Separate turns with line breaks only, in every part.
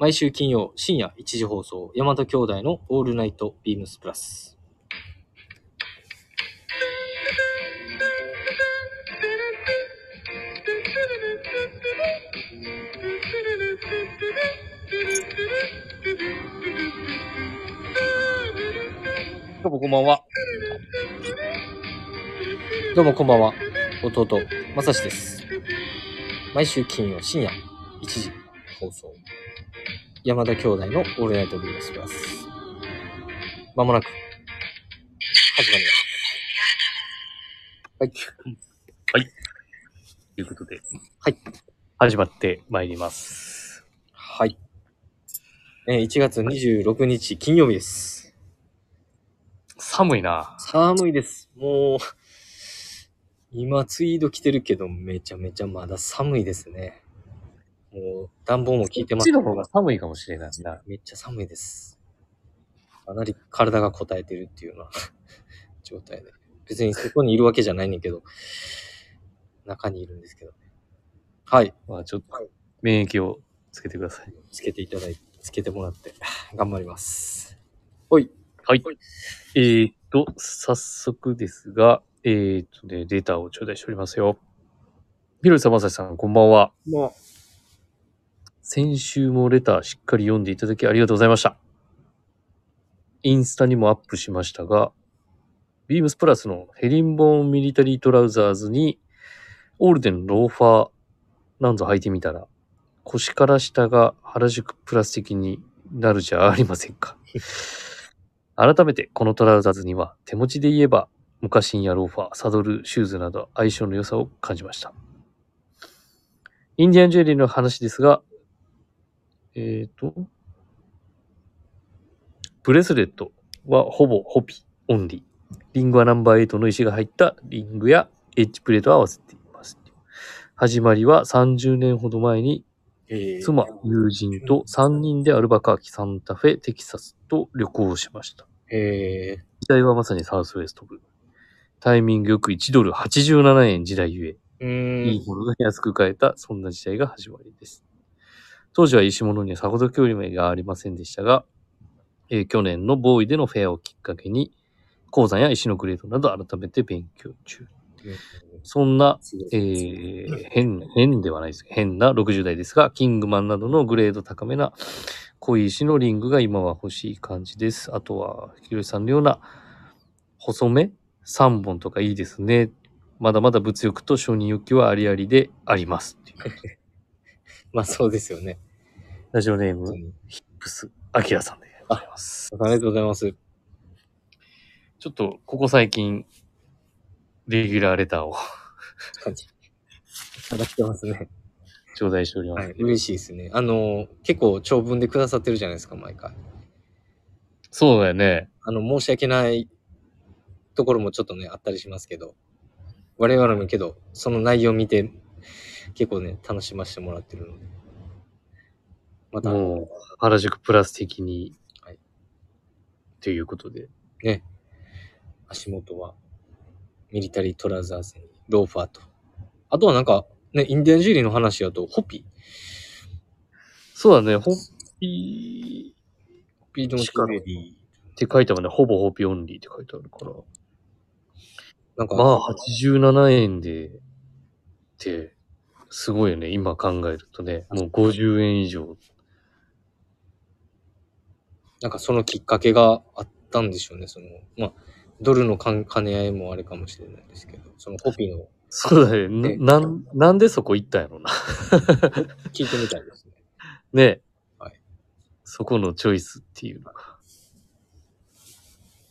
毎週金曜深夜1時放送、大和兄弟のオールナイトビームスプラス。
どうもこんばんは。
どうもこんばんは、弟、まさしです。毎週金曜深夜1時放送、山田兄弟のオールナイトビームスプラス。まもなく、始まります。はい。
ということで。
はい。
始まってまいります。
はい。えー1月26日金曜日です。
寒いな。
寒いです。もう、今ツイード来てるけど、めちゃめちゃまだ寒いですね。もう、暖房も効いて
こ
ま
っ
す
ち。の方が寒いかもしれないな。
めっちゃ寒いです。かなり体が応えてるっていうような 状態で。別にそこにいるわけじゃないねんけど、中にいるんですけど、はい。
まあちょっと
はい、
免疫をつけてください。
つけていただいて、つけてもらって、頑張ります。ほい。
はい
はい。
えーっと、早速ですが、えーっとね、データを頂戴しておりますよ。ひろゆきさん、まさしさん、こんばんは。
まあ、
先週もレターしっかり読んでいただきありがとうございました。インスタにもアップしましたが、ビームスプラスのヘリンボーンミリタリートラウザーズに、オールデンのローファーなんぞ履いてみたら、腰から下が原宿プラス的になるじゃありませんか。改めてこのトラウザーズには手持ちで言えば昔やローファー、サドル、シューズなど相性の良さを感じました。インディアンジュエリーの話ですが、えっ、と、ブレスレットはほぼホピオンリー。リングはナンバー8の石が入ったリングやエッジプレートを合わせています。始まりは30年ほど前に
えー、
妻、友人と3人でアルバカーキ、サンタフェ、テキサスと旅行しました。
えー、
時代はまさにサウスウェスト部。タイミングよく1ドル87円時代ゆえ、
うーん。
いいものが安く買えた、そんな時代が始まりです。当時は石物にはさほど興味がありませんでしたが、えー去年のボーイでのフェアをきっかけに、鉱山や石のグレードなど改めて勉強中。そんな、えー変、変ではないです。変な60代ですが、キングマンなどのグレード高めな濃い石のリングが今は欲しい感じです。あとは、ひろしさんのような細め3本とかいいですね。まだまだ物欲と承認欲求はありありであります。
まあそうですよね。
ラジオネー
本
ム
当、に
ヒップス、アキラさんでございます。
ありがとうございます。
ちょっと、ここ最近、レギュラーレターを
感じ。いただきますね。
頂戴しておりま
はい。
す。
嬉しいですね。あの、結構長文でくださってるじゃないですか、毎回。
そうだよね。
あの、申し訳ないところもちょっとね、あったりしますけど、我々もけど、その内容を見て、結構ね、楽しませてもらってるので。また、
もう、原宿プラス的に、
はい
ということで。
ね、足元は、ミリタリートラウザーズに、ローファーと。あとはなんか、ね、インディアンジュリーの話だと、ホピー。
そうだね、ホッピ
ホピードンキベリ
ーって書いてあるね。ほぼホッピーオンリーって書いてあるから。
ー。なんか、
まあ、87円で、って、すごいよね。今考えるとね。もう50円以上。
なんかそのきっかけがあったんでしょうね。その、まあ、ドルの兼兼ね合いもあれかもしれないですけど、そのコピーの
そうだよね。な、なんなんでそこ行ったんやろな。
聞いてみたいですね。
ね。
はい
そこのチョイスっていうのが。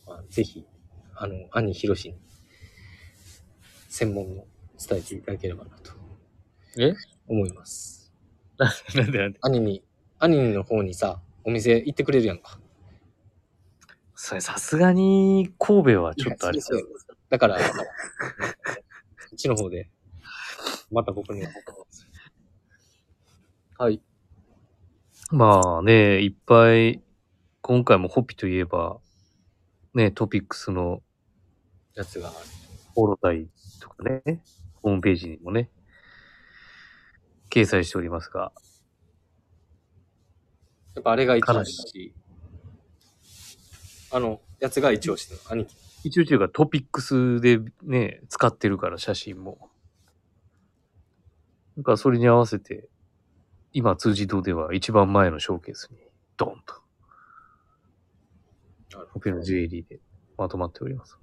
まあ、ぜひ、あの、兄ひろしに、専門の伝えていただければなと
え
思います。
なんでなんで
兄に、兄の方にさ、お店行ってくれるやんか。
それさすがに神戸はちょっとあれ
いやそうですだから、だからこっちの方で、また僕にははい。
まあね、いっぱい、今回もホピといえば、ね、トピックスの
やつがある。
オロタイとかね、ホームページにもね、掲載しておりますが、
やっぱあれが一押し
彼
だし、あの、やつが一押しの兄貴。
一応というかトピックスでね、使ってるから写真も。なんかそれに合わせて、今通じ堂では一番前のショーケースに、ドンと、
なるほ
オペのジュエリーでまとまっております。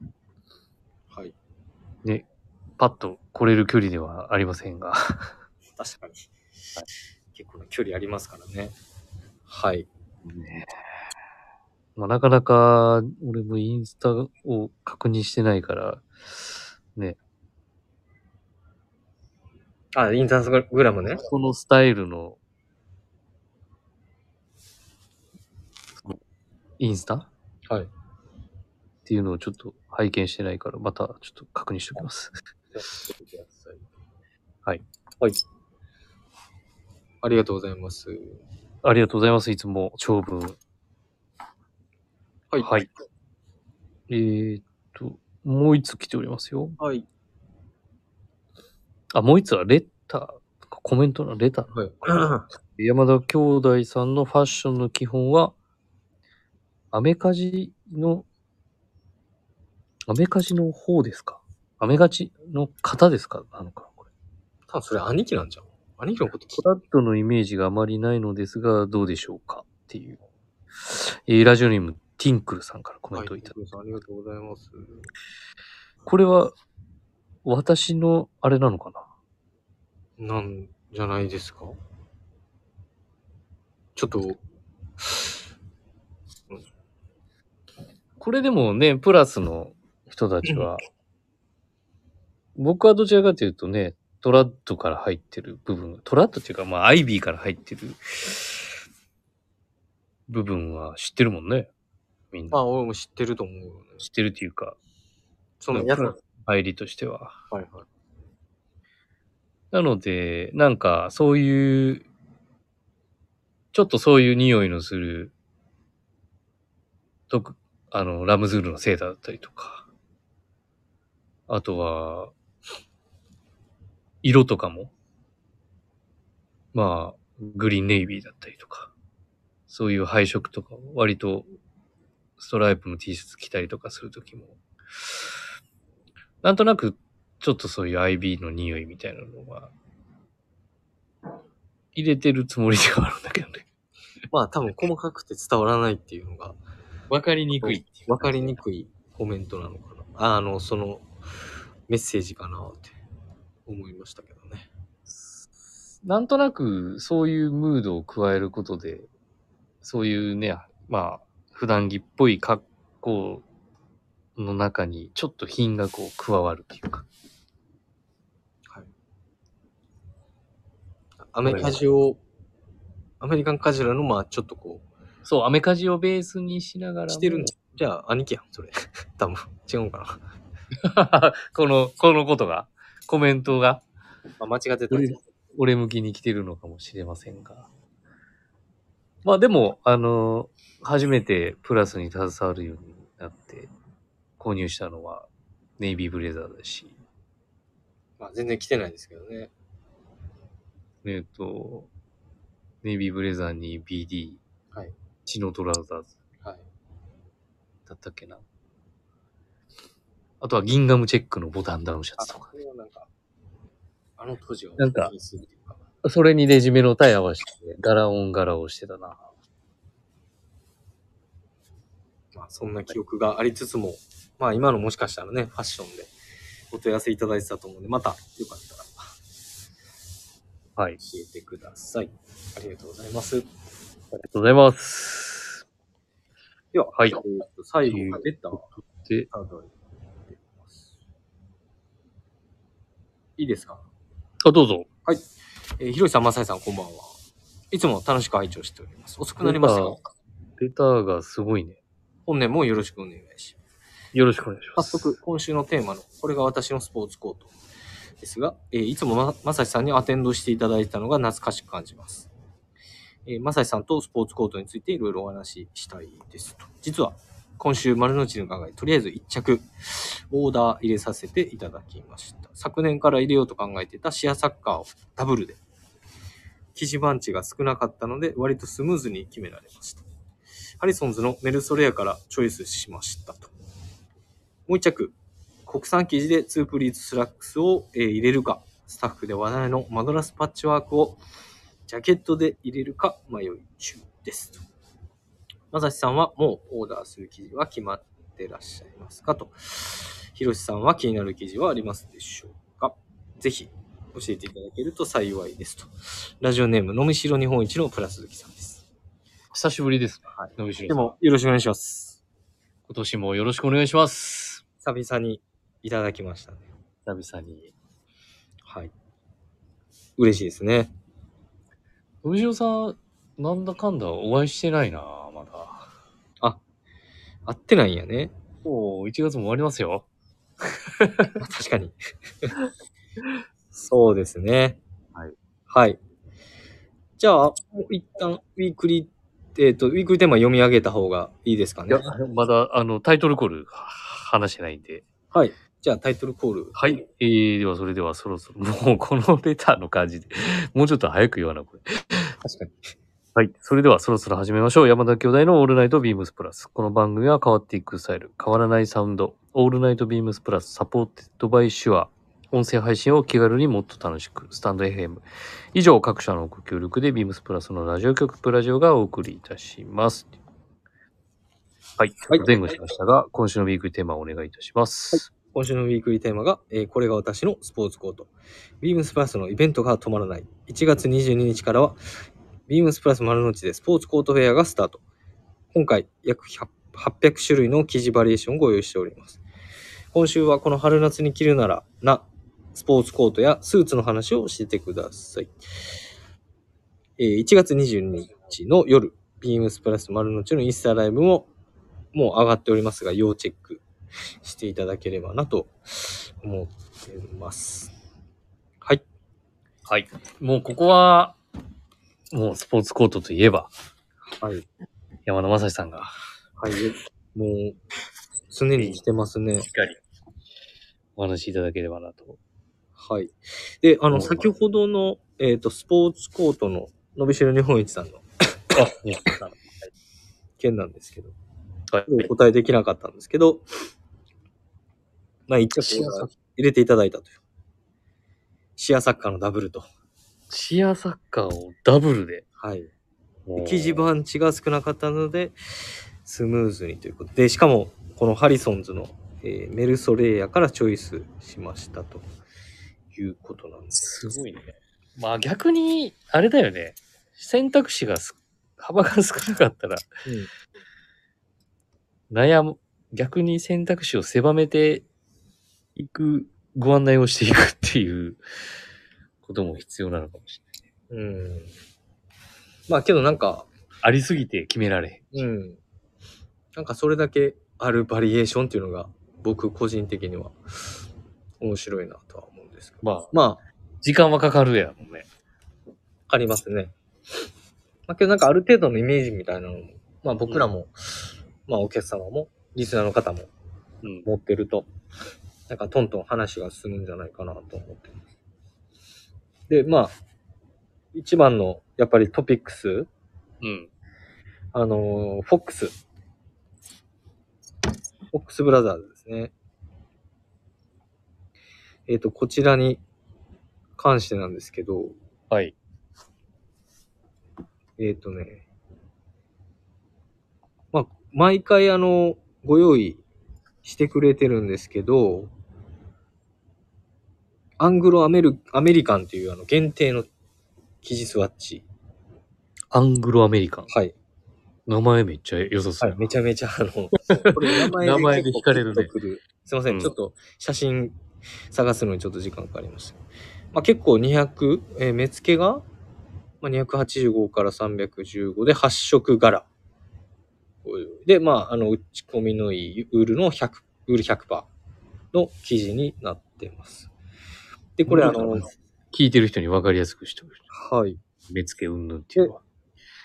どはい。
パッと来れる距離ではありませんが。
確かに。結構な距離ありますからね。はい。
まあ、なかなか、俺もインスタを確認してないから、
あ、インスタグラムね。
そのスタイルの、そのインスタ
はい
っていうのをちょっと拝見してないから、またちょっと確認しておきます。
やってください
はい。
はい。ありがとうございます。
ありがとうございます。いつも長文。
はい。
はい。えー、っと、もう一つ来ておりますよ。
はい。
あ、もう一つはレター。コメントのレター。
はい。
山田兄弟さんのファッションの基本は、アメカジの、アメカジの方ですかアメカジの型ですかなのかこれ。
多分それ兄貴なんじゃん。兄貴のこと聞い
フラットのイメージがあまりないのですが、どうでしょうかっていう。えーラジオネーム、ティンクルさんからコメントをいただき
はいありがとうございます。
これは、私の、あれなのかな
なんじゃないですかちょっと、
これでもね、プラスの人たちは、僕はどちらかというとね、トラッドから入ってる部分、トラッドっていうか、まあ、アイビーから入ってる部分は知ってるもんね。みん
ま
な。
あ、俺も知ってると思うよね。
知ってるっていうか、
その
うん
やつ。
プ
は
ラス入りとしては。
いはい。
なので、なんか、そういう、ちょっとそういう匂いのする、とく、あの、ラムズールのセーターだったりとか、あとは、色とかも、まあ、グリーンネイビーだったりとか、そういう配色とかを割と、ストライプの T シャツ着たりとかするときも、なんとなくちょっとそういう IB の匂いみたいなのは、入れてるつもりではあるんだけどね。
まあ、多分細かくて伝わらないっていうのが、
わかりに
くい。わかりにくいコメントなのかな。ああの、その、メッセージかなって思いましたけどね。
なんとなく、そういうムードを加えることで、そういうね、まあ、普段着っぽい格好の中に、ちょっと品がこう加わるというか。
アメカジを、アメリカンカジュアルの、まあ、ちょっとこ
そう、アメカジをベースにしなが
う、
らも。
してるんじゃ、じゃあ、兄貴やん、それ。 多分、違うんかな。
この、このことが、コメントが。
まあ、間違ってた
俺俺向きに来てるのかもしれませんが。まあでも、あの、初めてプラスに携わるようになって購入したのはネイビーブレザーだし、
まあ、全然来てないですけどね。
えっと、ネイビーブレザーに BD、
はい
チノトラウザーズ
はい。
だったっけな。あとはギンガムチェックのボタンダウンシャ
あ、
ツとか。
これはなんか、あの当時は、
なんか
気にするっていうか
それにレジメのタイ合わせて、柄オン柄をしてたな。
まあ、そんな記憶がありつつも、まあ、今のもしかしたらね、ファッションでお問い合わせいただいてたと思うんで、また、よかったら、
はい。
教えてください。ありがとうございます。
ありがとうございます。
では、
はい
えーと最後、レター
で、
あの出てますいいですか
あ、どうぞ。
えー、ひろしさん、まさいさん、こんばんは。いつも楽しく拝聴しております。遅くなりましたが、
レターがすごいね。
本年もよろしくお願いします。
よろしくお願いし
早
ます。
速、今週のテーマの、これが私のスポーツコートですが、えーいつもままさしさんにアテンドしていただいたのが懐かしく感じます。えーまさしさんとスポーツコートについていろいろお話ししたいですと。実は、今週丸の内の考え、とりあえず1着、オーダー入れさせていただきました。昨年から入れようと考えていたシアサッカーをダブルで、記事番地が少なかったので、割とスムーズに決められました。ハリソンズのメルソレアからチョイスしましたと。もう一着、国産記事でツープリーズスラックスを、えー入れるか、スタッフで話題のマドラスパッチワークをジャケットで入れるか迷い中ですと。まさしさんはもうオーダーする記事は決まってらっしゃいますかと。ひろしさんは気になる記事はありますでしょうかぜひ教えていただけると幸いですと。ラジオネーム、のみしろ日本一のプラスズキさんです。
久しぶりです。
はい。
のびしろ
で
さん。
も、よろしくお願いします。
今年もよろしくお願いします。
久々にいただきましたね。
久々に。
はい。嬉しいですね。
のびしろさん、なんだかんだお会いしてないな、まだ。
合ってないんやね。
もう1月も終わりますよ。
まあ確か に。そうですね。
はい。
はい。じゃあ、もう一旦、ウィークリー、えっ、と、ウィークリーテーマ読み上げた方がいいですか
い
ね
や。、まだ、あの、タイトルコール、は話してないんで。
はい。じゃあ、タイトルコール。
はい。えー、では、それでは、そろそろ、もう、このレターの感じで、もうちょっと早く言わな、これ。
確かに。
はい。それでは、そろそろ始めましょう。山田兄弟のオールナイトビームスプラス。この番組は変わっていくスタイル、変わらないサウンド、オールナイトビームスプラス、サポーテッドバイシュア、音声配信を気軽にもっと楽しく、スタンド FM。以上、各社のご協力で、ビームスプラスのラジオ局、プラジオがお送りいたします。はい。
はい
前後しましたが、今週のウィークテーマをお願いいたします。
今週のウィークリーテーマが、えーこれが私のスポーツコート。ビームスプラスのイベントが止まらない。1月22日からは、ビームスプラス丸の内でスポーツコートフェアがスタート。今回、約100 800種類の生地バリエーションをご用意しております。今週はこの春夏に着るならな、スポーツコートやスーツの話をしててください。えー1月22日の夜、ビームスプラス丸の内のインスタライブももう上がっておりますが、要チェックしていただければなと思ってます。はい。
はい。もう、ここは、もう、スポーツコートといえば、
はい。
山田正史さんが、
はい。もう、常に来てますね。
しっかりお話しいただければなと。
はい。で、あ
う
の、
ん
先ほどの、えっ、と、スポーツコートの、のびしろ日本一さんの
あ、ね、
件なんですけど、
はい。
お答えできなかったんですけど、まあ、一着
シアサッ
入れていただいたという。シアサッカーのダブルと。
シアサッカーをダブルで。
はい。
もう
生地番地が少なかったので、スムーズにということで、しかも、このハリソンズの、えーメルソレイヤからチョイスしましたということなんです。
すごいね。まあ逆に、あれだよね。選択肢がす幅が少なかったら、
うん
悩む、逆に選択肢を狭めていく、ご案内をしていくっていうことも必要なのかもしれな
う
い。
ん。まあけどなんか、
ありすぎて決められへん。
うん。なんかそれだけあるバリエーションっていうのが、僕個人的には面白いなとは思うんですけど。
まあ、
まあ、
時間はかかるやもんね。
ありますね。まあけどなんかある程度のイメージみたいなのも、まあ僕らも、まあお客様も、リスナーの方も
うん。
持ってると、なんかトントン話が進むんじゃないかなと思ってます。で、まあ、一番の、やっぱりトピックス、
うん。
あのーフォックス。フォックスブラザーズですね。えっ、と、こちらに関してなんですけど、
はい。
えっ、とね、まあ、毎回あの、ご用意してくれてるんですけど、アングロアメルアメリカンというあの限定の生地スワッチ。
アングロアメリカン。
はい。
名前めっちゃ良さそ
は
うや
い、
な。
めちゃめちゃ、あの、こ れ名前
名前で惹かれるね
結構グッとくすいません、
うん
ちょっと写真探すのにちょっと時間かかりました。まあ、結構200、えー目付けが、まあ、285から315で8色柄。で、まあ、あの、打ち込みのいいウールの100、ウール100%の生地になってます。で、これあの、
聞いてる人に分かりやすくしておく。
はい。
目付け云々っていうのは。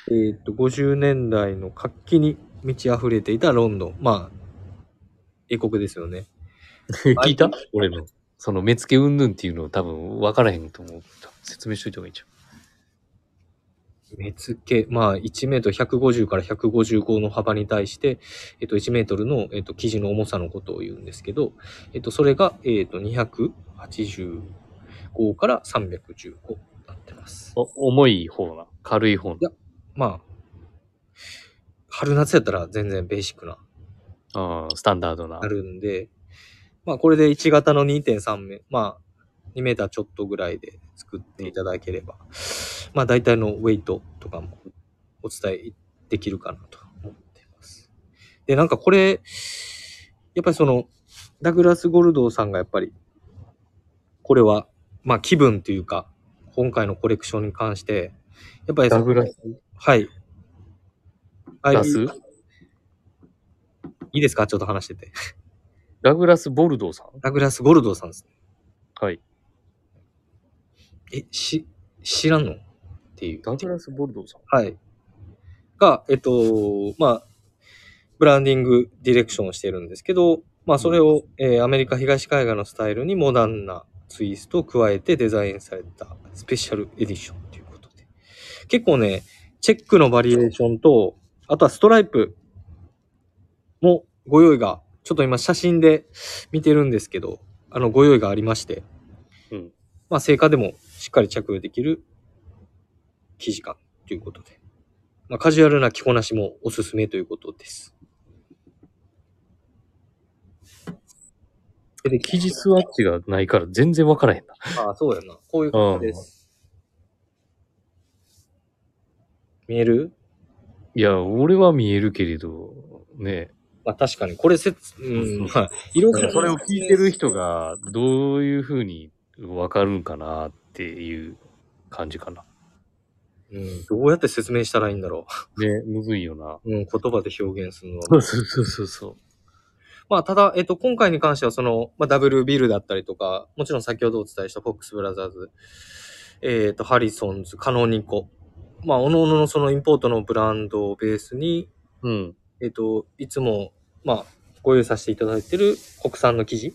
えーっと、50年代の活気に満ち溢れていたロンドン。まあ、英国ですよね。
聞いた俺の。その目付け云々っていうのを多分分からへんと思う。説明しといた方がいいじゃん。
目付け、まあ、1メートル150から155の幅に対して、えっと、1メートルの、えっと、生地の重さのことを言うんですけど、えっと、それが、えっと、285から315になってます。
お重い方な、軽い方な。
まあ、春夏やったら全然ベーシックな、
あースタンダードな
な。るんで、まあ、これで1型の2.3メ、まあ、2メーターちょっとぐらいで作っていただければ、まあ、大体のウェイトとかもお伝えできるかなと思ってます。で、なんかこれ、やっぱりその、ダグラス・ゴルドーさんがやっぱり、これは、まあ、気分というか、今回のコレクションに関して、やっぱりその
ダグラス
はい。あ
ラス
いいいですかちょっと話してて。
ラグラス・ボルドーさん
ダグラス・ゴルドーさんです。
はい。
え、し、知らんのっていう。
ダグラス・ボルドーさん
はい。が、えっと、まあ、ブランディングディレクションをしてるんですけど、まあ、それを、えーアメリカ東海岸のスタイルにモダンなツイストを加えてデザインされたスペシャルエディションということで。結構ね、チェックのバリエーションと、あとはストライプもご用意が、ちょっと今写真で見てるんですけど、あの、ご用意がありまして、
うん
まあ、成果でもしっかり着用できる生地感ということで。まあ、カジュアルな着こなしもおすすめということです。
えで、生地スワッチがないから全然わからへんな。
ああ、そうやな。こういう感じです。見える
いや、俺は見えるけれど、ね。
まあ確かに、これせつ、うん、まあ、色
そ
が
れを聞いてる人がどういうふうにわかるんかなっていう感じかな。
うん、どうやって説明したらいいんだろ
ね、むずいよな。
う。うん、言葉で表現するのは。
そうそうそうそうそう。
まあ、ただ、えっと、今回に関しては、その、まあ、ダブルビルだったりとか、もちろん先ほどお伝えしたフォックスブラザーズ、えっと、ハリソンズ、カノニコ。まあ、おのおののそのインポートのブランドをベースに、
うん。
えっと、いつも、まあ、ご用意させていただいてる国産の生地、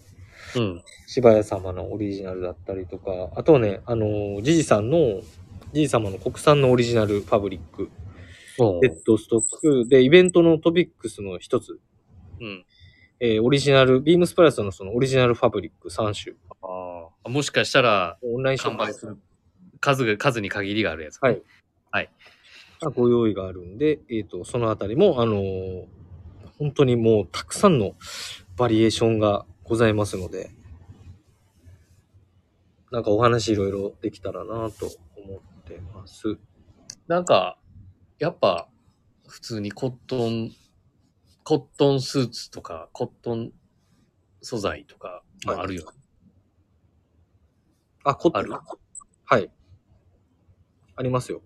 うん。
芝谷様のオリジナルだったりとか、あとはね、あの、ジジさんの、ジジ様の国産のオリジナルファブリック、
そ
ベッドストックで、イベントのトピックスの一つ、
う。うん。
えーオリジナル、ビームスプラスのそのオリジナルファブリック3種、
ああ。もしかしたら、
オンラインショ
完
ップ
売する。数が、数に限りがあるやつ。
はい
はい
がご用意があるんで、えっ、と、そのあたりも、あのー本当にもうたくさんのバリエーションがございますので、なんかお話いろいろできたらなと思ってます。
なんか、やっぱ、普通にコットン、コットンスーツとか、コットン素材とか、ま
は
あ
い
あるよね。
あ、コットン
ある
はい。ありますよ。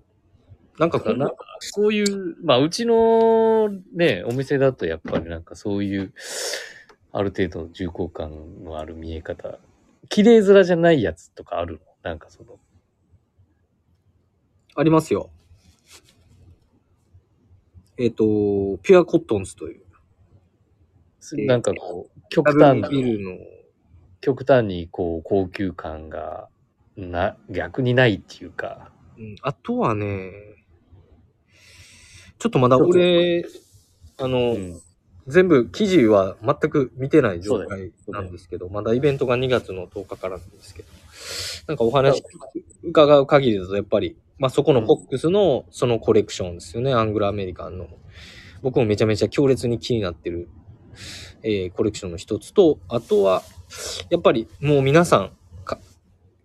なんかこ
だ
ん
か
な
らなん、かそういう、まあ、うちのね、お店だとやっぱりなんかそういう、ある程度重厚感のある見え方。綺麗面じゃないやつとかあるのなんかその、
ありますよ。えっ、と、ピュアコットンズという、ー
なんかこう、極
ダ
端
ブルビ
に、
ルの、
極端にこう、高級感が、な、逆にないっていうか、
うん、あとはね、ちょっとまだ俺、あの、
うん、
全部記事は全く見てない状
そうだ
態
そう
な
だよ
んですけど、まだイベントが2月の10日からなんですけど、なんかお話伺う限りだとやっぱり、まあそこのフォックスのそのコレクションですよね、アングロアメリカンの。僕もめちゃめちゃ強烈に気になってる、えーコレクションの一つと、あとは、やっぱりもう皆さん、か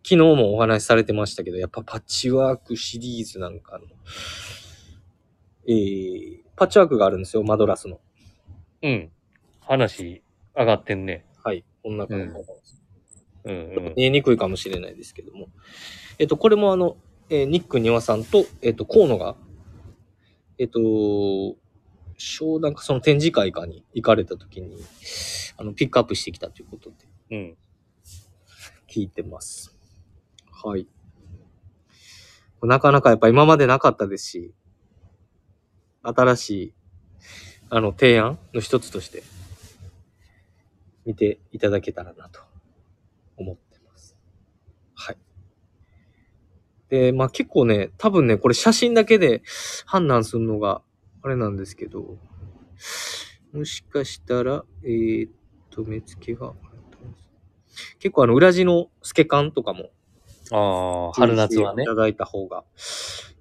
昨日もお話しされてましたけど、やっぱパッチワークシリーズなんかの、えーパッチワークがあるんですよ、マドラスの。
うん。話上がってんね。
はい、こんな感じ。
うんうんうん。
見えにくいかもしれないですけども。えっと、これもあの、えーニック・ニワさんと、えっと、河野が、えっと、商談か、その展示会かに行かれた時に、あの、ピックアップしてきたということで
うん。
聞いてます。はい。なかなかやっぱ今までなかったですし、新しい、あの、提案の一つとして、見ていただけたらなと思ってます。はい。で、まあ結構ね、多分ね、これ写真だけで判断するのがあれなんですけど、もしかしたら、えーっと、目付けが、結構あの、裏地の透け感とかも、
ああ、春夏はね
い。ただいた方が、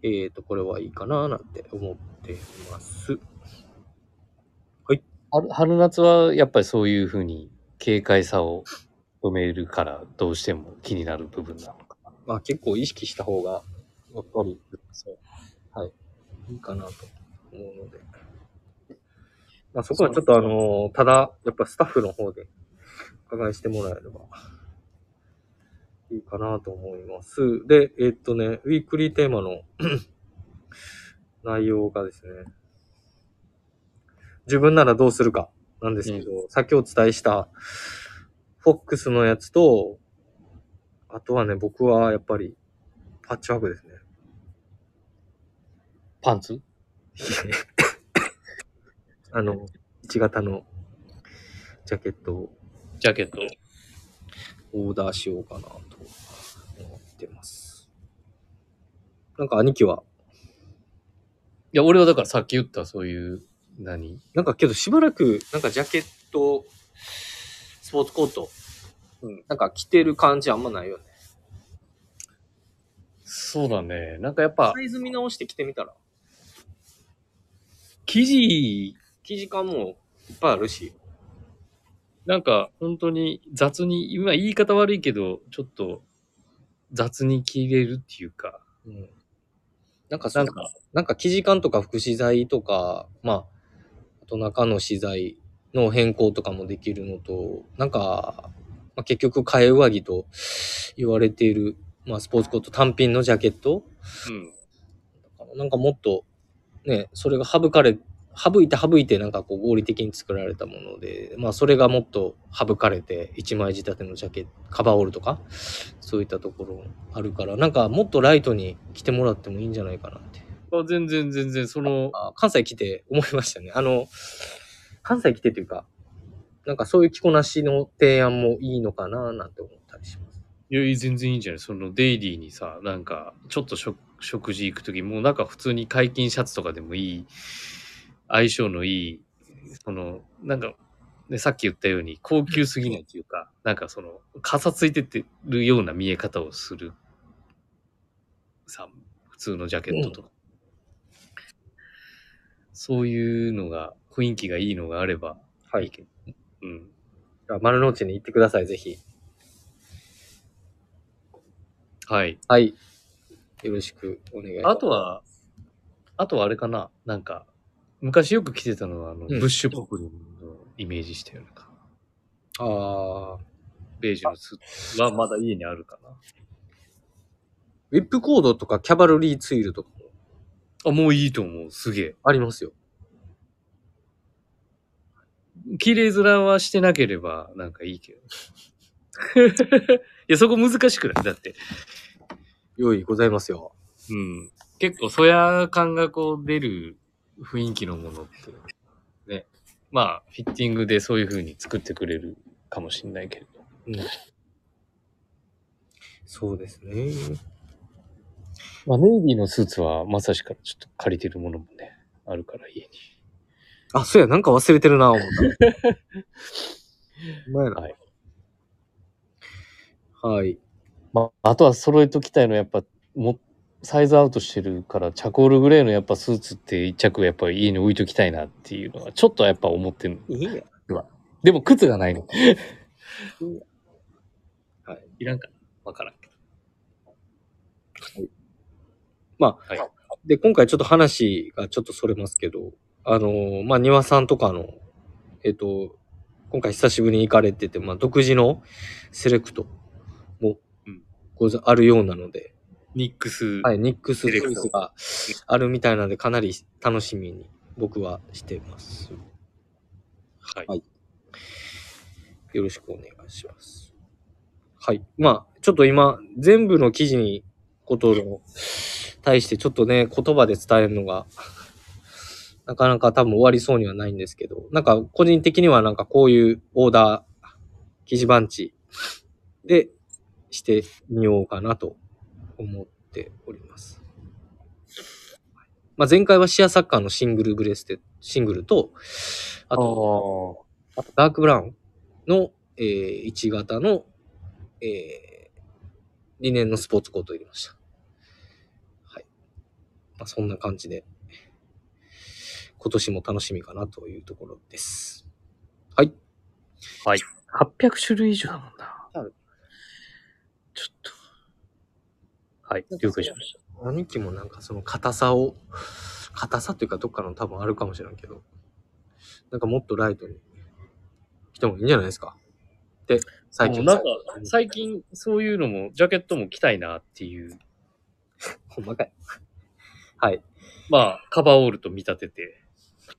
えーっと、これはいいかななんて思っています。
春春夏はやっぱりそういうふうに軽快さを埋めるからどうしても気になる部分なのか。
まあ結構意識した方が、やっぱり、そう。はい。いいかなと思うので。まあそこはちょっとあの、ただ、やっぱスタッフの方でお伺いしてもらえれば、いいかなと思います。で、えっとね、ウィークリーテーマの内容がですね、自分ならどうするかなんですけど、さっきお伝えした、フォックスのやつと、あとはね、僕はやっぱり、パッチワークですね。
パンツ
あの、1型のジャケットを
ジャケット
オーダーしようかなと思ってます。なんか兄貴は、
いや、俺はだからさっき言ったそういう、何
なんかけどしばらく、なんかジャケット、スポーツコート、うん、なんか着てる感じあんまないよね。
そうだね。なんかやっぱ
サ、イズ見直して着てみたら、
生地、
生地感もいっぱいあるし、
なんか本当に雑に、今言い方悪いけど、ちょっと雑に着れるっていうか、
うん。なんかそ
なん
う、
か、
なんか生地感とか副資材とか、まあ、あと中の資材の変更とかもできるのと、なんか、まあ、結局替え上着と言われている、まあ、スポーツコート単品のジャケット
うん。
なんかもっと、ね、それが省かれ、省いて省いてなんかこう合理的に作られたもので、まあそれがもっと省かれて、一枚仕立てのジャケット、カバーオールとか、そういったところあるから、なんかもっとライトに着てもらってもいいんじゃないかなって。
あ全然全然、その、
あ関西来て思いましたね。あの、関西来てというか、なんかそういう着こなしの提案もいいのかななんて思ったりします。
いや、全然いいんじゃないそのデイリーにさ、なんか、ちょっと食食事行くとき、もうなんか普通に解禁シャツとかでもいい、相性のいい、その、なんか、ね、さっき言ったように高級すぎないというか、なんかその、かさついてってるような見え方をする、さ、普通のジャケットとか。そういうのが、雰囲気がいいのがあれば、
はい。
けどねうん。
丸の内に行ってください、ぜひ。
はい。
はい。よろしくお願いします。
あとは、あとはあれかななんか、昔よく着てたのは、あの、
うん
ブッシュポプリンのイメージしたようなか。
あー、
ベージュのスーツはまだ家にあるかな。
ウィップコードとかキャバルリーツイルとかも
あ、もういいと思う。すげえ。
ありますよ。
綺麗面はしてなければ、なんかいいけど。 いや、そこ難しくないだって。
用意ございますよ。
うん。結構、そや感がこう出る雰囲気のものって、ね。まあ、フィッティングでそういう風に作ってくれるかもしれないけれど。
そうですね。
まあ、ネイビーのスーツは、まさしからちょっと借りてるものもね、あるから家に。
あ、そうや、なんか忘れてるな、思った。 お前ら。
はい。
はい。
まあ、あとは揃えときたいのは、やっぱ、も、サイズアウトしてるから、チャコールグレーのやっぱスーツって一着やっぱ家に置いときたいなっていうのは、ちょっとやっぱ思ってる。
いいや。
でも靴が ないの。
はい。
いらんかなわからんけど。
まあ、
はい
で、今回ちょっと話がちょっとそれますけど、あのーまあ、庭さんとかの、えっ、と、今回久しぶりに行かれてて、まあ、独自のセレクトも
うん
ござ、あるようなので、
ニックス。。
はいい、ニックス
セ
チ
レク
ョイ
ト
スがあるみたいなので、かなり楽しみに僕はしてます。
はい。
はいよろしくお願いします。はい。まあ、ちょっと今、全部の記事に、ことを対して、ちょっとね、言葉で伝えるのが、なかなか多分終わりそうにはないんですけど、なんか、個人的にはなんかこういうオーダー、記事番地でしてみようかなと思っっております。まあ、前回はシアサッカーのシングルブレステ、シングルと、あ
あ
と、
と、
ダークブラウンの、えー、1型の、えー、理念のスポーツコートを入れました。はい。まあ、そんな感じで、今年も楽しみかなというところです。
800種類以上だもんな。
ある
ちょっと。はい、了解しました。
兄貴もなんかその硬さを、硬さというかどっかの多分あるかもしれんけど、なんかもっとライトに来てもいいんじゃないですかで、最
も
近
うなんか、最近そういうのも、ジャケットも着たいなっていう。
ほんまかい。はい。
まあ、カバーオールと見立てて。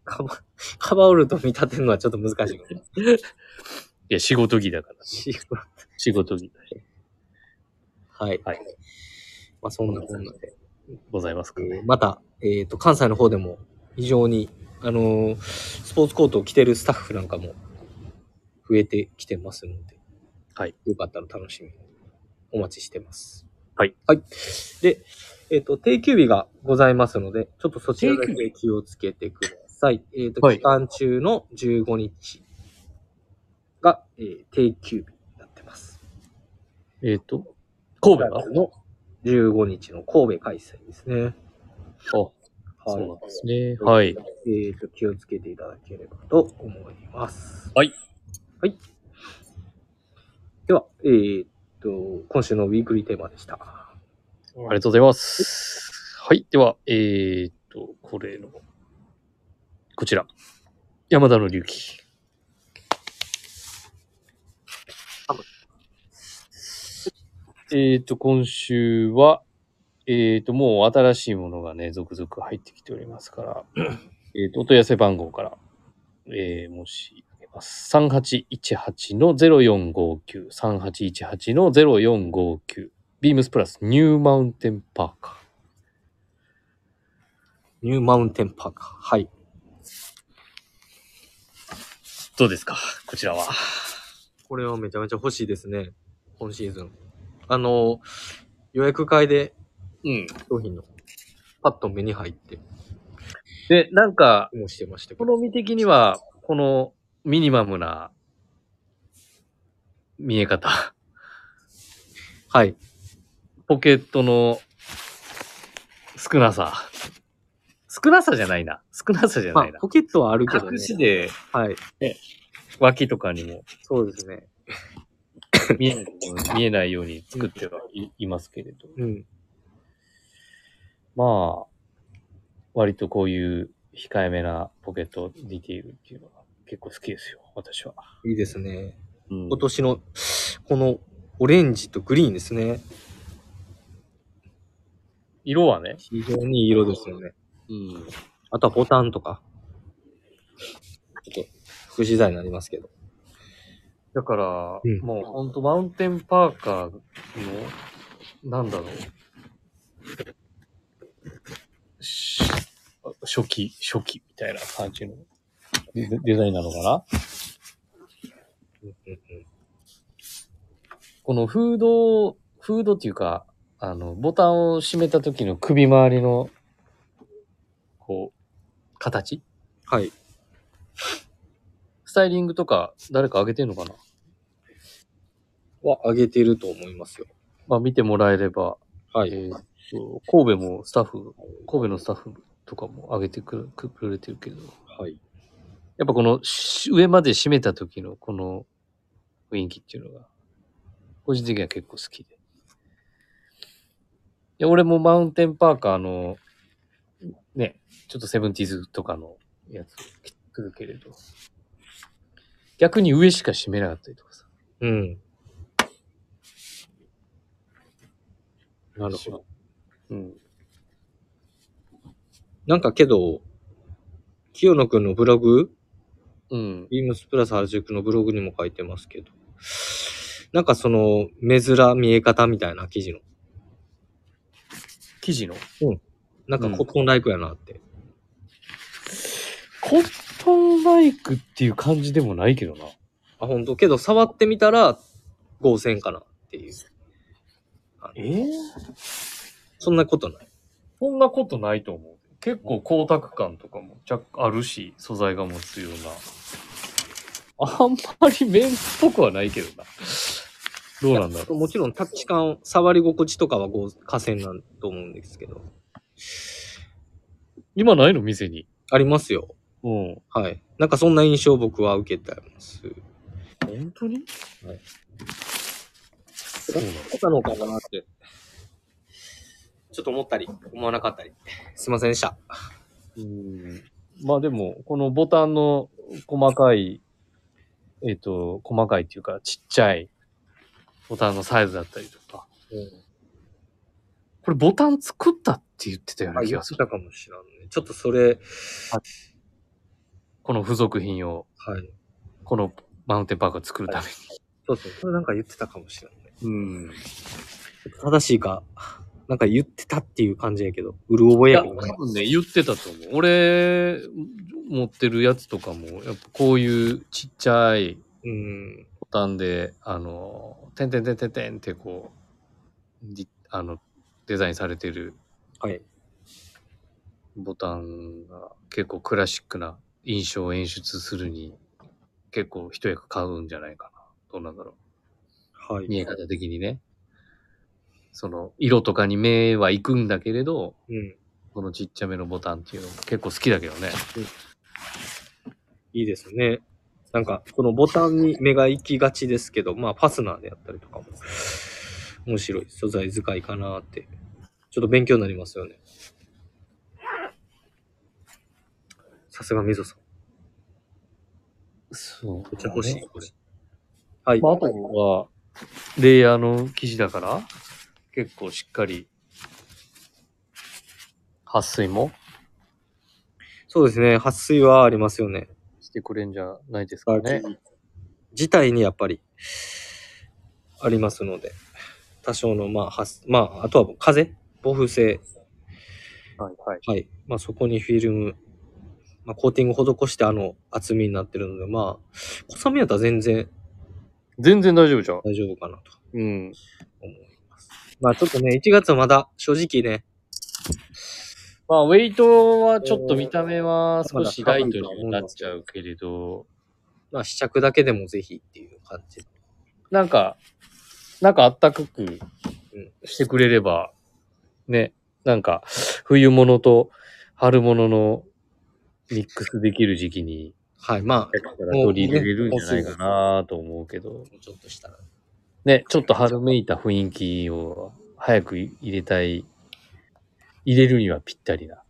カバ、カバーオールと見立てるのはちょっと難しいかも
いや、仕事着だから。
しれない。
仕事着。
はい。
はい
まあそんなこんなで。
ございますかね。
また、えっ、と、関西の方でも非常に、あのースポーツコートを着てるスタッフなんかも増えてきてますので、
はい。
よかったら楽しみにお待ちしてます。
はい。
はい。で、えっ、と、定休日がございますので、ちょっとそちらだ
定休
け気をつけてください。えっ、と、
はい
期間中の15日が、えー定休日になってます。
えっ、と、神戸が
の15日の神戸開催ですね。
あ、そうなんですね。はい。
えーと、気をつけていただければと思います。
はい。
はい。では、えーと、今週のウィークリーテーマでした。
ありがとうございます。はい。では、えっ、と、これの、こちら。山田の隆起。えっ、と、今週は、えっ、と、もう新しいものがね、続々入ってきておりますから、えっ、と、お問い合わせ番号から、えー、申し上げます。3818の0459、3818の0459。ビームスプラスニューマウンテンパーカー。
ニューマウンテンパーカー。はい。
どうですかこちらは。
これはめちゃめちゃ欲しいですね。今シーズン。あの、予約会で
うん。
商品のパッと目に入って、
で、なんか、
もうしてましたけど。
好み的には、このミニマムな見え方。
はい。
ポケットの少なさ。少なさじゃないな。少なさじゃ
ま
な
あ
い、な。
ポケットはあるけどね
隠。しで
はい。
脇とかにも
そうですね。
見えない見えないように作ってはいいますけれど。
うん。
まあ、割とこういう控えめなポケットディティールっていうのが結構好きですよ、私は。
いいですね。
うん
今年の、この、オレンジとグリーンですね。
色はね、
非常にいい色ですよね。
うん、
あとはボタンとか。ちょっと、副資材になりますけど。
だから、
うん
もうほんとマウンテンパーカーの、なんだろう。し初期、初期みたいな感じのデデザインなのかなこのフード、フードっていうか、あの、ボタンを閉めた時の首周りの、こう、形
はい。
スタイリングとか誰か上げてんのかな
は、上げてると思いますよ。
まあ見てもらえれば、
は
え
い。
ーっと、神戸もスタッフ、神戸のスタッフとかも上げてくるくくれてるけど、
はい。
やっぱこのし上まで閉めた時のこの雰囲気っていうのが、個人的には結構好きで。いや、俺もマウンテンパーカーの、ね、ちょっとセブンティーズとかのやつ着てるけれど、逆に上しか閉めなかったりとかさ、
うん。なるほど。
うん。
なんかけど、清野くんのブログ
うん。
ビームスプラス原宿のブログにも書いてますけど、なんかその、目面見え方みたいな記事の、
生地の
なんかコットンライクやなって。
コットンバイクっていう感じでもないけどな。
あ、ほんと。けど、触ってみたら、合成かなっていう。
えー、
そんなことない。
そんなことないと思う。結構光沢感とかも若干あるし、素材が持つような。あんまりメンズっぽくはないけどな。どうなんだろう。
もちろんタッチ感、触り心地とかは合成なんと思うんですけど。
今ないの店に。
ありますよ。
うん。
はい。なんかそんな印象を僕は受けてます。
本当に
はい
そうなの。
他のかなって。ちょっと思ったり、思わなかったり。すいませんでした。
うんまあでも、このボタンの細かい、えっ、と、細かいっていうか、ちっちゃいボタンのサイズだったりとか。これボタン作ったって言ってたよう
あ、
な気
言っ
がす
て
る。
たかもしらんね。ちょっとそれ、
この付属品を、
はい。
このマウンテンパークを作るために。
そうそう。それなんか言ってたかもしれない。
うん。
ちょっと正しいか、なんか言ってたっていう感じやけど、うる覚
い
え
や、
やけ
多
どね。
分ね、言ってたと思う。俺、持ってるやつとかも、やっぱこういうちっちゃい
うん。
ボタンで、あの、てんてんてんてんてんってこう、リあの、デザインされてる
はい。
ボタンが結構クラシックな印象を演出するに結構一役買うんじゃないかな。どうなんだろ
は
う。見え
い。
方的にね。その色とかに目は行くんだけれど、
うん。
このちっちゃめのボタンっていうのも結構好きだけどね。
いいですね。なんか、このボタンに目が行きがちですけど、まあ、ファスナーであったりとかも、面白い素材使いかなって。ちょっと勉強になりますよね。さすがみぞさん。
そう。
めっちゃ欲しい。はい。
まあ、あとは、レイヤーの生地だから、結構しっかり、撥水も
そうですね。撥水はありますよね。
してくれんじゃないですかね。
自体にやっぱり、ありますので、多少の、まあ、はすまあ、あとは風暴風性。
はいはい。
はい。まあ、そこにフィルム、まあ、コーティング施して、あの、厚みになってるので、まあ、小雨やったら全然
全然大丈夫じゃん。
大丈夫かなと
うん。
思います。まあ、ちょっとね、1月はまだ、正直ね、
まあ、ウェイトはちょっと見た目は少しライトに
まだ
なっちゃうけれど、
まあ、試着だけでもぜひっていう感じ。
なんか、なんかあったかくしてくれれば、ね、なんか、冬物と春物のミックスできる時期に、
はい。ま
取り入れるんじゃないかなと思うけど
あ、、もうちょっとしたら。
ね、ちょっと春めいた雰囲気を早く入れたい、入れるにはぴったりな。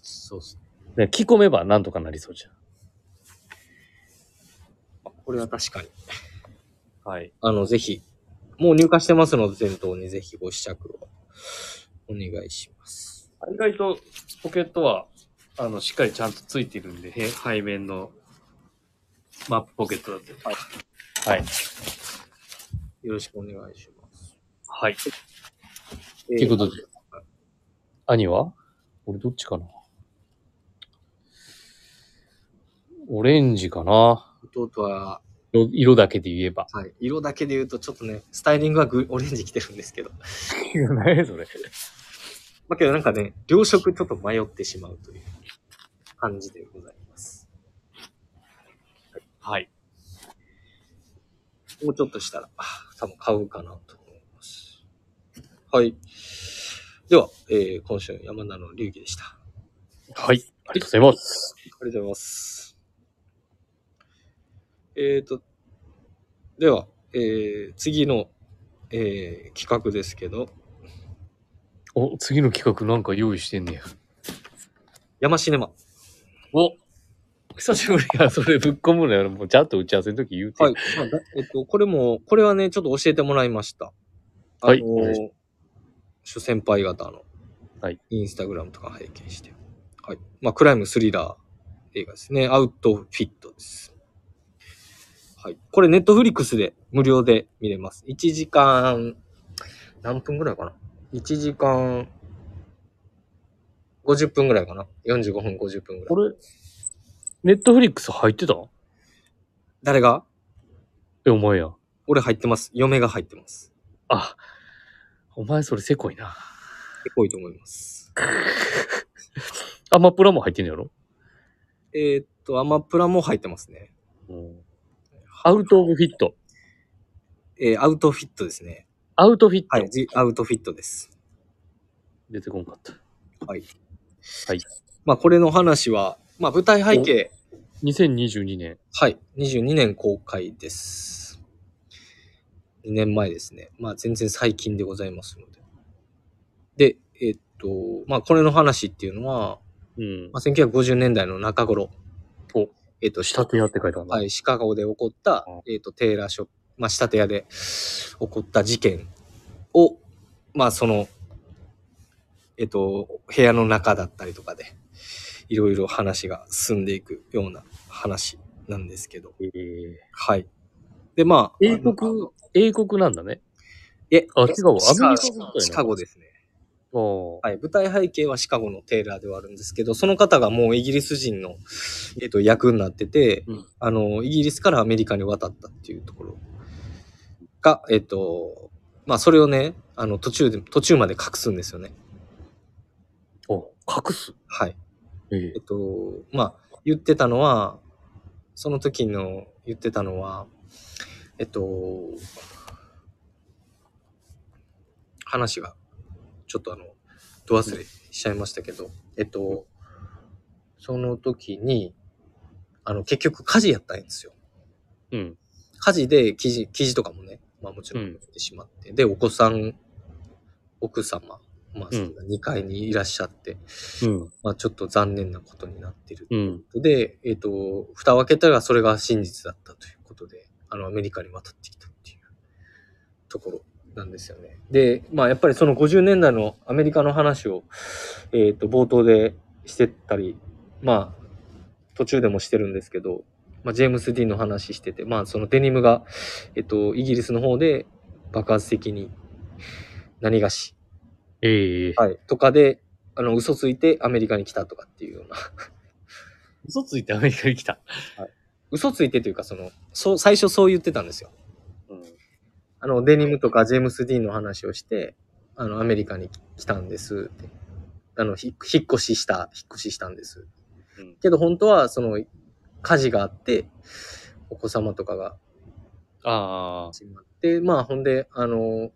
そうですね。
ね着込めばなんとかなりそうじゃん。
まあこれは確かに。
はい。
あの、ぜひ、もう入荷してますので、店頭にぜひご試着をお願いします。
意外とポケットは、あの、しっかりちゃんとついてるんで、へ背面のマップポケットだって。はい。はい。
よろしくお願いします。
はい。と
と
いうことで。兄は俺どっちかなオレンジかな
弟は、
色色だけで言え ば。
はい、色だけで言うとちょっとね、スタイリングはグオレンジ着てるんですけど。
何それ。
まあけどなんかね、両色ちょっと迷ってしまうという感じでございます。
はい。
もうちょっとしたら、あ多分買うかなと思います。はい。では、えー、今週の山名の流儀でした。あ
はい。ありがとうございます。
りがとうございます。えーと、では、えー、次の、えー、企画ですけど、
お、次の企画なんか用意してんねや。
山シネマ。
お久しぶりや、 それぶっ込むのよ。もうちゃんと打ち合わせの時言うて。
はい。まあだえっと、これも、これはね、ちょっと教えてもらいました。あの
はいお願いし
ー、諸先輩方の、
はい
インスタグラムとか拝見して。はい。まあ、クライムスリラー映画ですね。アウトフィットです。はい。これ、ネットフリックスで無料で見れます。1時間、何分ぐらいかな ?1 時間、50分ぐらいかな ?45 分、50分ぐらい。
れ、ネットフリックス入ってた
誰が
え、お前や。
俺入ってます。嫁が入ってます。
あ、お前それせこいな。
濃いと思います。
アマプラも入ってんのやろ
えーっと、アマプラも入ってますね。
アウトオブフィット。
えーアウトフィットですね。
アウトフィット。
はい、ジアウトフィットです。
出てこんかった。
はい。
はい。
まあ、これの話は、まあ、舞台背景、
2022年。
はい、22年公開です。2年前ですね。まあ、全然最近でございますので。で、えーっと、まあ、これの話っていうのは、
うん
ま。あ、1950年代の中頃、
お
えーっと、
仕立て屋って書いてあるな
はい、シカゴで起こった
うん、
えっ、と、テーラーショップ、まあ、仕立て屋で起こった事件を、まあ、その、えっ、と、部屋の中だったりとかで、いろいろ話が進んでいくような話なんですけど、
えー
はい。で、まあ、
英
あの
国、英国なんだね。
え、
あ、違うわ。ア
シカ
メリカみたいな。
シカゴですね。
あー
はい、舞台背景はシカゴのテーラーではあるんですけど、その方がもうイギリス人の、えっと役になってて、
うん
あの、イギリスからアメリカに渡ったっていうところが、えっ、と、まあそれをね、あの途中で、途中まで隠すんですよね。
お隠す。
はい。
ええ
えっと、まあ、言ってたのは、その時の言ってたのは、えっと、話が、ちょっとあの、ど忘れしちゃいましたけど、えっと、その時に、あの、結局火事やったんですよ。
うん。
火事で記事、記事とかもね、まあもちろん
うん
出てしまって、で、お子さん、奥様、まあ、
うん
2階にいらっしゃって、
うん。
まあちょっと残念なことになってる
うん。
で、えっ、と、蓋を開けたらそれが真実だったということで、あの、アメリカに渡ってきたっていうところなんですよね。で、まあ、やっぱりその50年代のアメリカの話を、えっ、と、冒頭でしてたり、まあ、途中でもしてるんですけど、まあ、ジェームス・ディーンの話してて、まあ、そのデニムが、えっ、と、イギリスの方で爆発的に何がし、
ええ
はい、とかで、あの、嘘ついてアメリカに来たとかっていうような
嘘ついてアメリカに来た。
嘘ついてというか、その、そう、最初そう言ってたんですよ。
うん。
あの、デニムとかジェームス・ディーンの話をして、あの、アメリカに来たんですって。あの、ひ引っ越しした、引っ越ししたんです。
うん
けど本当は、その、火事があって、お子様とかが
ああ。
始まって、まあ、ほんで、あの、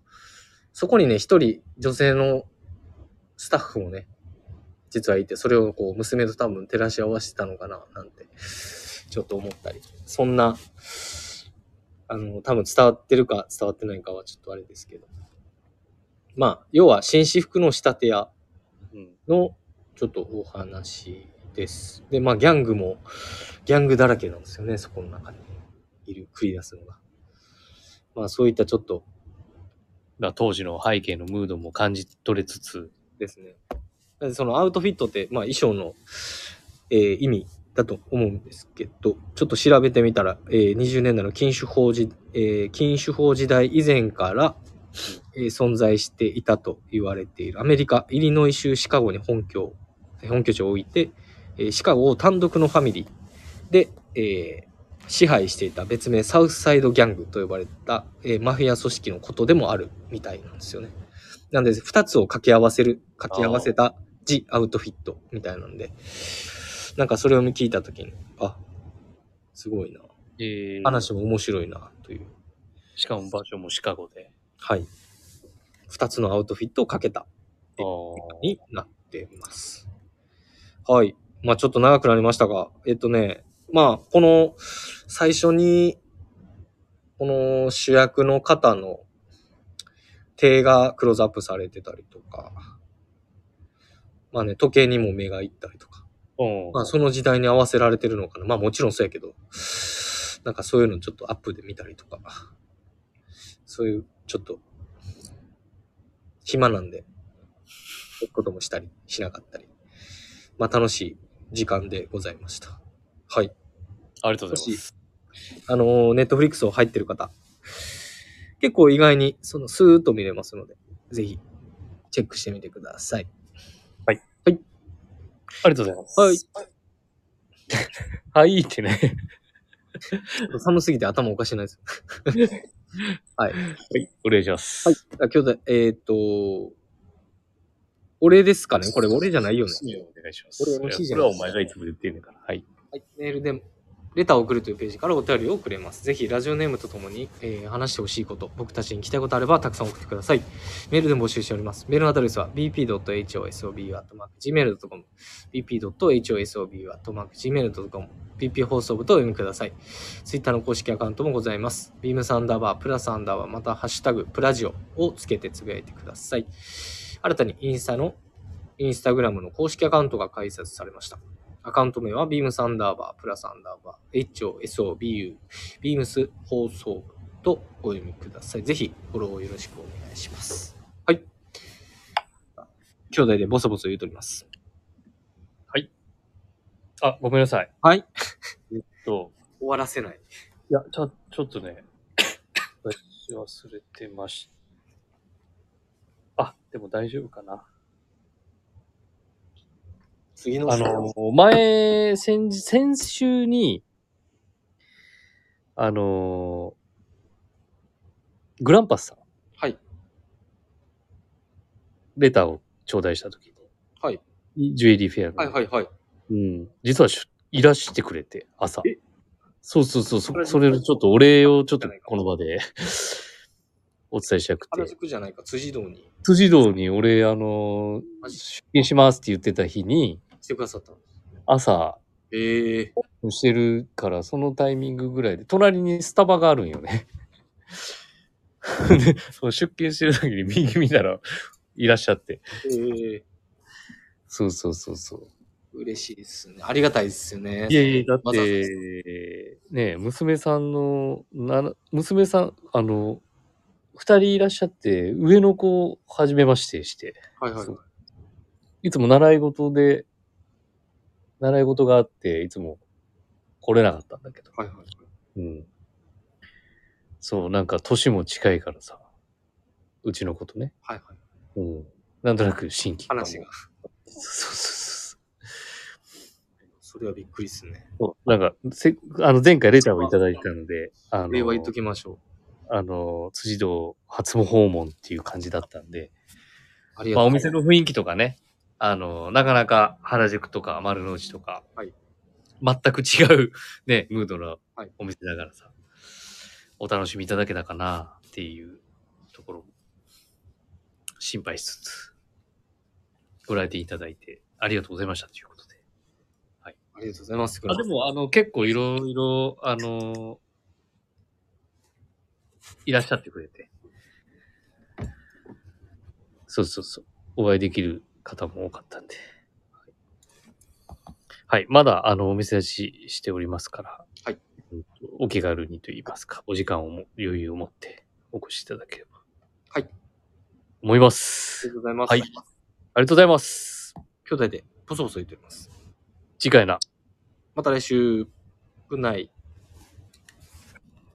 そこにね、一人女性のスタッフもね、実はいて、それをこう、娘と多分照らし合わせてたのかな、なんて、ちょっと思ったり。そんな、あの、多分伝わってるか伝わってないかはちょっとあれですけど。まあ、要は、紳士服の仕立て屋
うん。
の、ちょっとお話です。で、まあ、ギャングも、ギャングだらけなんですよね、そこの中にいる、繰り出すのが。まあ、そういったちょっと
まあ当時の背景のムードも感じ取れつつ。
ですね。でそのアウトフィットって、まあ、衣装の、えー意味だと思うんですけど、ちょっと調べてみたら、えー20年代の禁酒法時、えー禁酒法時代以前から、えー存在していたと言われているアメリカ・イリノイ州シカゴに本拠本拠地を置いて、えーシカゴを単独のファミリーで、えー支配していた別名サウスサイドギャングと呼ばれた、えーマフィア組織のことでもあるみたいなんですよね。なんで2つを掛け合わせる掛け合わせた「ジ・アウトフィット」みたいなんでなんかそれを聞いた時にあすごいな
ええ
話も面白いなという
しかも場所もシカゴで。
はい2つのアウトフィットをかけた
ああ。
になってます。はい。まあちょっと長くなりましたが、えっとね、まあこの最初に、この主役の方の手がクローズアップされてたりとか、まあね、時計にも目がいったりとか、
うん。
まあその時代に合わせられてるのかな。まあもちろんそうやけど、なんかそういうのちょっとアップで見たりとか、そういうちょっと、暇なんで、そういうこともしたりしなかったり、まあ楽しい時間でございました。はい。
ありがとうご
も
ざいま
し
す。、
あの、ネットフリックスを入ってる方、結構意外にそのスーッと見れますので、ぜひチェックしてみてください。
ありがとうございます。
はい。。
はいってね。
寒すぎて頭おかしいないです。
はい。お願いします。
はい。あ、兄弟、えーっ、と、俺ですかねこれ俺じゃないよね。
お願いします。
俺 MC じゃ
こ
な
れ
い
はお前がいつも言ってんねんから。はい。
はい、メールでも、レターを送るというページからお便りをくれます。ぜひ、ラジオネームとともに、えー話してほしいこと、僕たちに聞きたいことあれば、たくさん送ってください。メールでも募集しております。メールのアドレスは、bp.hosobu.gmail.com、bp.hosobu.gmail.com、bp 放送部とお読みください。ツイッターの公式アカウントもございます。ビームサンダーバー、プラサンダーバー、またハッシュタグ、プラジオをつけてつぶやいてください。新たにインスタの、インスタグラムの公式アカウントが開設されました。アカウント名は、ビームサンダーバー、プラサンダーバー、HOSOBU、ビームス放送部とお読みください。ぜひ、フォローをよろしくお願いします。はい。兄弟でボソボソ言うとります。
あ、ごめんなさい。
はい。
と、
終わらせない。
いや、ちょ、ちょっとね、 私忘れてました。あ、でも大丈夫かな。
次の
あの、前、先、先週に、あの、グランパスさん、
はい。
レターを頂戴した時
はい。
に、ジュエリーフェアの、
はいはいはい。
うん、実はしいらしてくれて、朝
え。
そうそうそう、そ
それ
それのちょっとお礼をちょっとこの場でお伝えしたく
原
て、
宿じゃないか、辻堂に
辻堂に俺、あの、
マジ
出勤しますって言ってた日に、
来てくださったの。
朝、
ええ
してるから、そのタイミングぐらいで、隣にスタバがあるんよね。 で、そう出勤してる時に右見たら、いらっしゃって。
ええ
そうそうそうそう。
嬉しいですね。ありがたいですよね。
いやいや、だっ
わざわざ
て、ねえ、娘さんの、な娘さん、あの、二人いらっしゃって、上の子、はじめましてして、
はいはい
そ。
はいう
いつも習い事で、習い事があって、いつも来れなかったんだけど。
はいはい。
うん。そう、なんか年も近いからさ、うちのことね。
はいはい。
うん。なんとなく新規
話が。。
そうそうそう
それはびっくりですね。
そう。そうなんか、せあの前回レターをいただいたので、あ
これ
の、
は言っときましょう。
あの、辻堂初訪問っていう感じだったんで、
ありが
まあ
とうご
お
ざ
店
います。
の雰囲気とかね、あの、なかなか原宿とか丸の内とか、
はい
全く違うね、ムードの
はい
お店だからさ、お楽しみいただけたかなっていうところも、心配しつつ、ご来店いただいてありがとうございましたということで。
ありがとうございます。
あでも、あの、結構いろいろ、あの、いらっしゃってくれて。そうそうそう。お会いできる方も多かったんで。はい。まだ、あの、お店出ししておりますから。
はい
うんと。お気軽にと言いますか、お時間をも余裕を持ってお越しいただければ。
はい。
思いま
あり
す
が。とうございます。
はいありがとうございます。
兄弟でボソボソ言っております。
次回な。
また来週、ぐない。